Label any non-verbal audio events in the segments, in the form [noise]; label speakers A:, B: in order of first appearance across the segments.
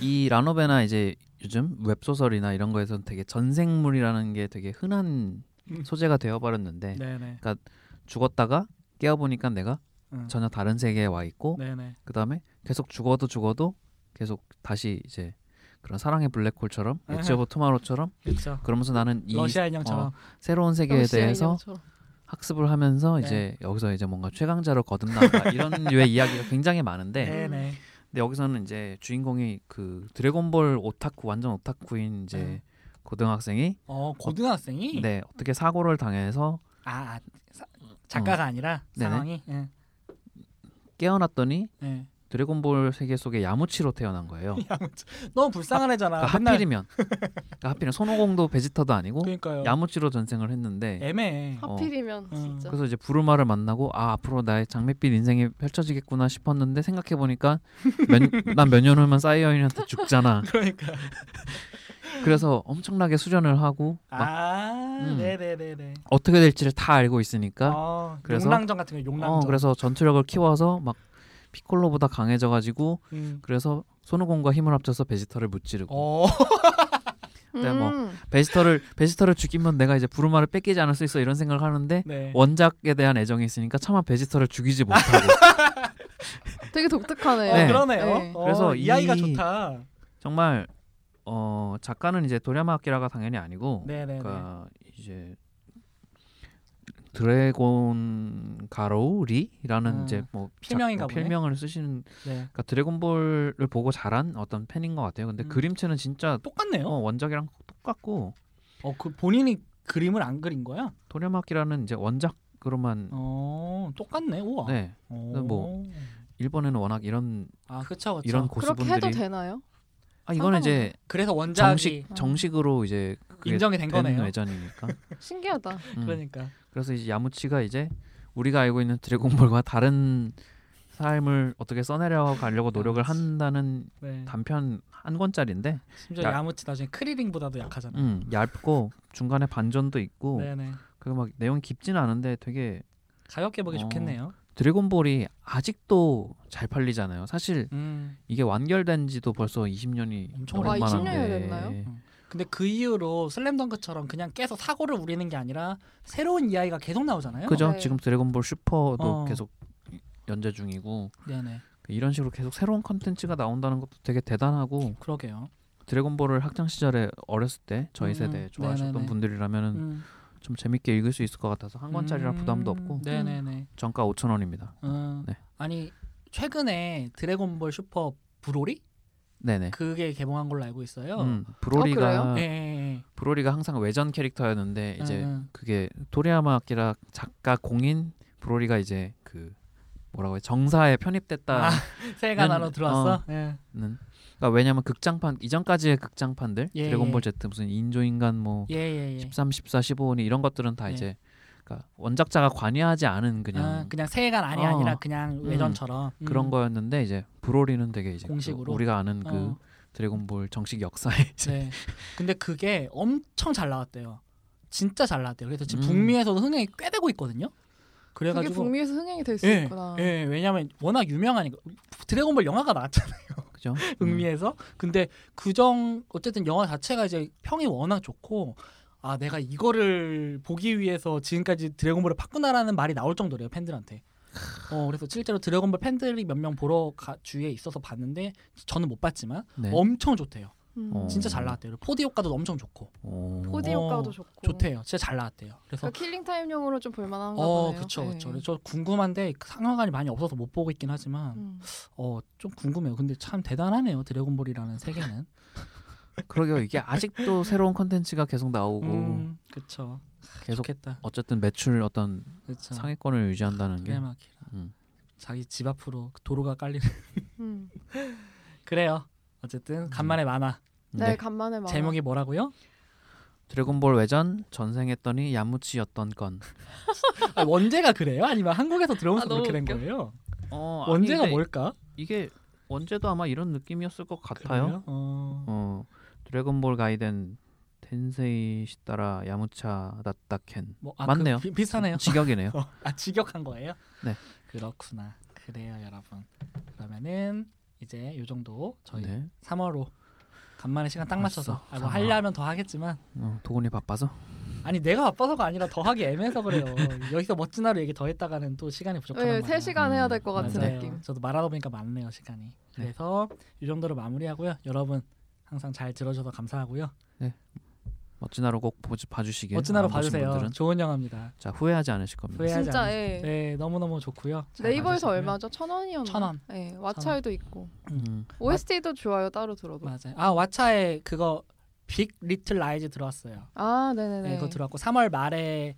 A: 이 라노베나 이제 요즘 웹소설이나 이런 거에서는 되게 전생물이라는 게 되게 흔한
B: 음.
A: 소재가 되어버렸는데
B: 네네.
A: 죽었다가 깨어보니까 내가
B: 음.
A: 전혀 다른 세계에 와 있고
B: 네네.
A: 그 다음에 계속 죽어도 죽어도 계속 다시 이제 그런 사랑의 블랙홀처럼
B: 아하.
A: 엣지 오브 투마로처럼
B: 그렇죠.
A: 그러면서 나는 이 어,
B: 러시아 인형처럼.
A: 새로운 세계에 예, 대해서 학습을 하면서
B: 네.
A: 이제 여기서 이제 뭔가 최강자로 거듭나다 이런 [laughs] 류의 이야기가 굉장히 많은데
B: 네네.
A: 근데 여기서는 이제 주인공이 그 드래곤볼 오타쿠 완전 오타쿠인 이제
B: 음.
A: 고등학생이
B: 어 고등학생이.
A: 네 어떻게 사고를 당해서
B: 아, 아 사, 작가가 아니라
A: 어. 네네.
B: 상황이. 예.
A: 깨어났더니
B: 예. [laughs] 뭐
A: 드래곤볼 세계 속에 야무치로 태어난 거예요.
B: 너무 불쌍한 애잖아.
A: 그러니까
B: 맨날 [laughs]
A: 하필이면 뭐 그러니까 하필이면 손오공도 베지터도 아니고
B: 그러니까요. 네.
A: 야무치로 전생을 했는데
B: 애매해.
A: 어.
C: 하필이면
B: 음.
C: 진짜.
A: 그래서 이제 부르마를 만나고 아 앞으로 나의 장밋빛 인생이 펼쳐지겠구나 싶었는데 생각해 보니까
B: [laughs]
A: 난 몇 년 후면 사이어인한테 죽잖아.
B: 그러니까.
A: 그래서 엄청나게 수련을 하고 막
B: 아,
A: 음.
B: 네네네네.
A: 어떻게 될지를 다 알고 있으니까
B: 어,
A: 그래서-
B: 용랑전 같은 거
A: 어,
B: 용랑전.
A: 그래서 전투력을 키워서 막 피콜로보다 강해져가지고
B: 음.
A: 그래서 손오공과 힘을 합쳐서 베지터를 무찌르고 [laughs]
B: 어,
A: 네, 뭐.
C: 음.
A: 베지터를 베지터를 죽이면 내가 이제 부르마를 뺏기지 않을 수 있어 이런 생각을 하는데
B: 네.
A: 원작에 대한 애정이 있으니까 차마 베지터를 죽이지 못하고
B: [laughs]
C: 되게 독특하네요.
B: 어,
A: 네.
B: 그러네요.
C: 네.
B: 어,
A: 그래서
B: 이
A: 이-
B: 아이가 좋다.
A: 정말 어 작가는 이제 도리야마 아키라가 당연히 아니고
B: 네네네.
A: 그러니까 이제 드래곤 가로우리라는
B: 음,
A: 이제 뭐 작-
B: 필명인가
A: 뭐
B: 보네.
A: 필명을 쓰시는
B: 네.
A: 그러니까 드래곤볼을 보고 자란 어떤 팬인 것 같아요. 근데
B: 음.
A: 그림체는 진짜
B: 똑같네요.
A: 어,
B: 어,
A: 원작이랑 똑같고
B: 그 본인이 그림을 안 그린 거야?
A: 도리야마키라는 이제 원작으로만
B: 어, 똑같네. 우와.
A: 네
B: 어.
A: 뭐, 일본에는 워낙 이런
B: 아, 그쵸, 그쵸.
A: 이런
C: 그렇게 해도
A: 고수분들이
C: 되나요?
A: 아 이거는 이제
B: 그래서 원작이 음.
A: 정식 정식으로 이제 그게
B: 인정이 된 거네요. [laughs]
A: 외전이니까
C: 신기하다.
A: 음.
B: 그러니까.
A: 그래서 이제 야무치가 이제 우리가 알고 있는 드래곤볼과 다른 삶을 어떻게 써내려 가려고 노력을 한다는
B: 네.
A: 단편 한 권짜리인데
B: 심지어
A: 야-
B: 야... 무치 나중에 크리링보다도 약하잖아.
A: 음, 얇고 중간에 반전도 있고
B: 네네.
A: 그리고 막 내용이 깊진 않은데 되게
B: 가볍게 보기
A: 어.
B: 좋겠네요.
A: 드래곤볼이 아직도 잘 팔리잖아요. 사실
B: 음.
A: 이게 완결된 지도 벌써 20년이
B: 엄청
C: 오래- 아, 20 년이
A: 오랜만한데
C: 됐나요?
B: 근데 그 이후로 슬램덩크처럼 그냥 계속 사고를 우리는 게 아니라 새로운 이야기가 계속 나오잖아요.
A: 그죠?
C: 네.
A: 지금 드래곤볼 슈퍼도
B: 어.
A: 계속 연재 중이고
B: 네네.
A: 이런 식으로 계속 새로운 컨텐츠가 나온다는 것도 되게 대단하고
B: 그러게요.
A: 드래곤볼을 학창 시절에 어렸을 때 저희
B: 음,
A: 세대 좋아하셨던
B: 네네네.
A: 분들이라면은
B: 음.
A: 좀 재밌게 읽을 수 있을 것 같아서 한 권짜리라
B: 음,
A: 부담도 없고
B: 네네네.
A: 정가 5천 원입니다.
B: 음.
A: 네.
B: 아니 최근에 드래곤볼 슈퍼 브로리
A: 네네.
B: 그게 개봉한 걸로 알고 있어요.
A: 음,
C: 그래요?
A: 브로리가
B: 예, 예,
A: 브로리가 항상 외전 캐릭터였는데
B: 예.
A: 이제
B: 음,
A: 그게 토리야마 아키라 작가 공인 브로리가 이제 그 뭐라고 해 정사에
B: 아,
A: 편입됐다는
B: 음. 새해가 나로 들어왔어. 예.
A: 그러니까 왜냐면 극장판 이전까지의 극장판들
B: 예,
A: 드래곤볼 Z 무슨 인조인간 뭐
B: 예, 예, 예.
A: 13, 14, 15니 이런 것들은 다
B: 예.
A: 이제 그러니까 원작자가 관여하지 않은 그냥
B: 그냥, 아, 그냥 새해가 아니
A: 어.
B: 아니라 그냥
A: 음.
B: 외전처럼 음.
A: 그런 거였는데 이제 브로리는 되게 이제 그
B: 공식으로?
A: 우리가 아는
B: 어,
A: 그 드래곤볼 정식 역사에 [laughs] 이제
B: 네. 근데 그게 엄청 잘 나왔대요. 진짜 잘 나왔대요. 그래서 지금
A: 음.
B: 북미에서도 흥행이 꽤 되고 있거든요.
C: 그게
B: 그래가지고
C: 북미에서 흥행이 될 수
B: 예,
C: 있구나.
B: 예, 왜냐면 워낙 유명하니까 드래곤볼
A: 음.
B: 영화가 나왔잖아요.
A: 그죠?
B: 북미에서. 근데 그정 어쨌든 영화 자체가 이제 평이 워낙 좋고 아 내가 이거를 보기 위해서 지금까지 드래곤볼을 팠구나라는 말이 나올 정도래요 팬들한테. 어 그래서 실제로 드래곤볼 팬들이 몇 명 보러 가, 주위에 있어서 봤는데 저는 못 봤지만
A: 음, 네.
B: 엄청 좋대요.
C: 음.
A: 어.
B: 진짜 잘 나왔대요. 포디 효과도 엄청 좋고
A: 오.
C: 포디
B: 어,
C: 효과도 좋고.
B: 좋대요. 진짜 잘 나왔대요. 그래서
C: 그러니까 킬링 타임용으로 좀 볼만한가
B: 어
C: 보네요.
B: 그쵸
C: 예.
B: 그쵸. 저 궁금한데 그 상황관이 많이 없어서 못 보고 있긴 하지만
C: 음.
B: 어 좀 궁금해요. 근데 참 대단하네요 드래곤볼이라는 세계는.
A: 그러게요. 이게 아직도 새로운 컨텐츠가 계속 나오고
B: 음, 그쵸.
A: 계속
B: 좋겠다.
A: 어쨌든 매출 어떤
B: 그쵸.
A: 상위권을 유지한다는 게
B: 기레마키라.
A: 음.
B: 자기 집 앞으로 그 도로가 깔리는. [laughs]
C: 음.
B: 그래요.
A: 음.
B: 어쨌든 간만에 만화.
C: 네, 간만에 막
B: 제목이 뭐라고요?
A: 드래곤볼 외전 전생했더니 야무치였던 건.
B: 아, 원제가 그래요? 아니면 한국에서 들어오면서
C: 아, 너무
B: 그렇게 된
C: 웃겨.
B: 거예요?
A: 어, 아니,
B: 원제가
A: 근데
B: 뭘까?
A: 이게 원제도 아마 이런 느낌이었을 것 같아요.
B: 그래요? 어.
A: 어, 드래곤볼 가이덴 텐세이 시타라 야무차 다따켄
B: 뭐, 아,
A: 맞네요.
B: 그 비,
A: [laughs]
B: 비슷하네요.
A: 직역이네요.
B: 어, 아 직역한 거예요?
A: 네.
B: 그렇구나. 그래요, 여러분. 그러면은 이제 요 정도 저희
A: 네.
B: 3화로 간만에 시간 딱 맞춰서
A: 아싸,
B: 아, 뭐
A: 삼화.
B: 하려면 더 하겠지만
A: 어, 도훈이 바빠서
B: 아니 내가 바빠서가 아니라 더 하기 애매해서 그래요.
A: [laughs]
B: 여기서 멋진 하루 얘기 더 했다가는 음. 또 시간이 부족한
C: 네,
B: 말이야.
C: 3시간 해야 될 것 같은
A: 맞아요.
C: 느낌.
B: 저도 말하다 보니까 많네요 시간이. 그래서 이 정도로 마무리하고요. 여러분 항상 잘 들어줘서 감사하고요.
A: 멋진 하루 꼭 보지, 봐주시길.
B: 멋진 하루
A: 안 보신
B: 봐주세요.
A: 예, 분들은.
B: 좋은 영화입니다.
A: 자 후회하지 않으실 겁니다.
B: 후회하지
C: 진짜
B: 않으세요.
C: 예.
B: 네 너무 너무 좋고요. 잘
C: 네이버에서
B: 봐주시고요.
C: 얼마죠? 천 원이었나?
B: 천 원.
C: 예, 왓챠에도 있고.
A: 음.
C: OST도 좋아요. 따로 들어도.
B: 맞아요. 아 왓챠에 그거 빅 리틀 라이즈 들어왔어요.
C: 아,
B: 네.
C: 네네네.
B: 그거 들어왔고 3월 말에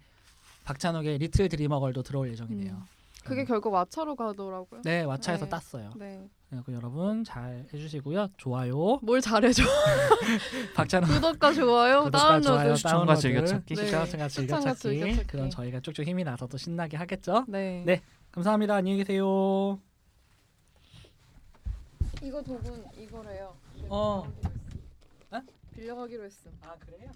B: 박찬욱의 리틀 드리머걸도 들어올 예정이네요.
C: 음. 그게 결국 왓챠로 가더라고요.
B: 네 왓챠에서
C: 네.
B: 땄어요.
C: 네.
B: 그리고 여러분 잘 해주시고요. 좋아요.
C: 뭘 잘해줘.
B: 박찬욱
C: 구독과 좋아요,
B: 구독과
C: 다운로드.
A: 추천과
B: 다운로드,
A: 즐겨찾기.
C: 네.
B: 시청과
C: 시청과
B: 즐겨찾기.
C: 즐겨찾기.
B: 그럼 저희가 쭉쭉 힘이 나서 또 신나게 하겠죠.
C: 네.
B: 네. 감사합니다. 안녕히 계세요.
C: 이거 도군 이거래요.
B: 어.
C: 빌려가기로 했어.
B: 아 그래요?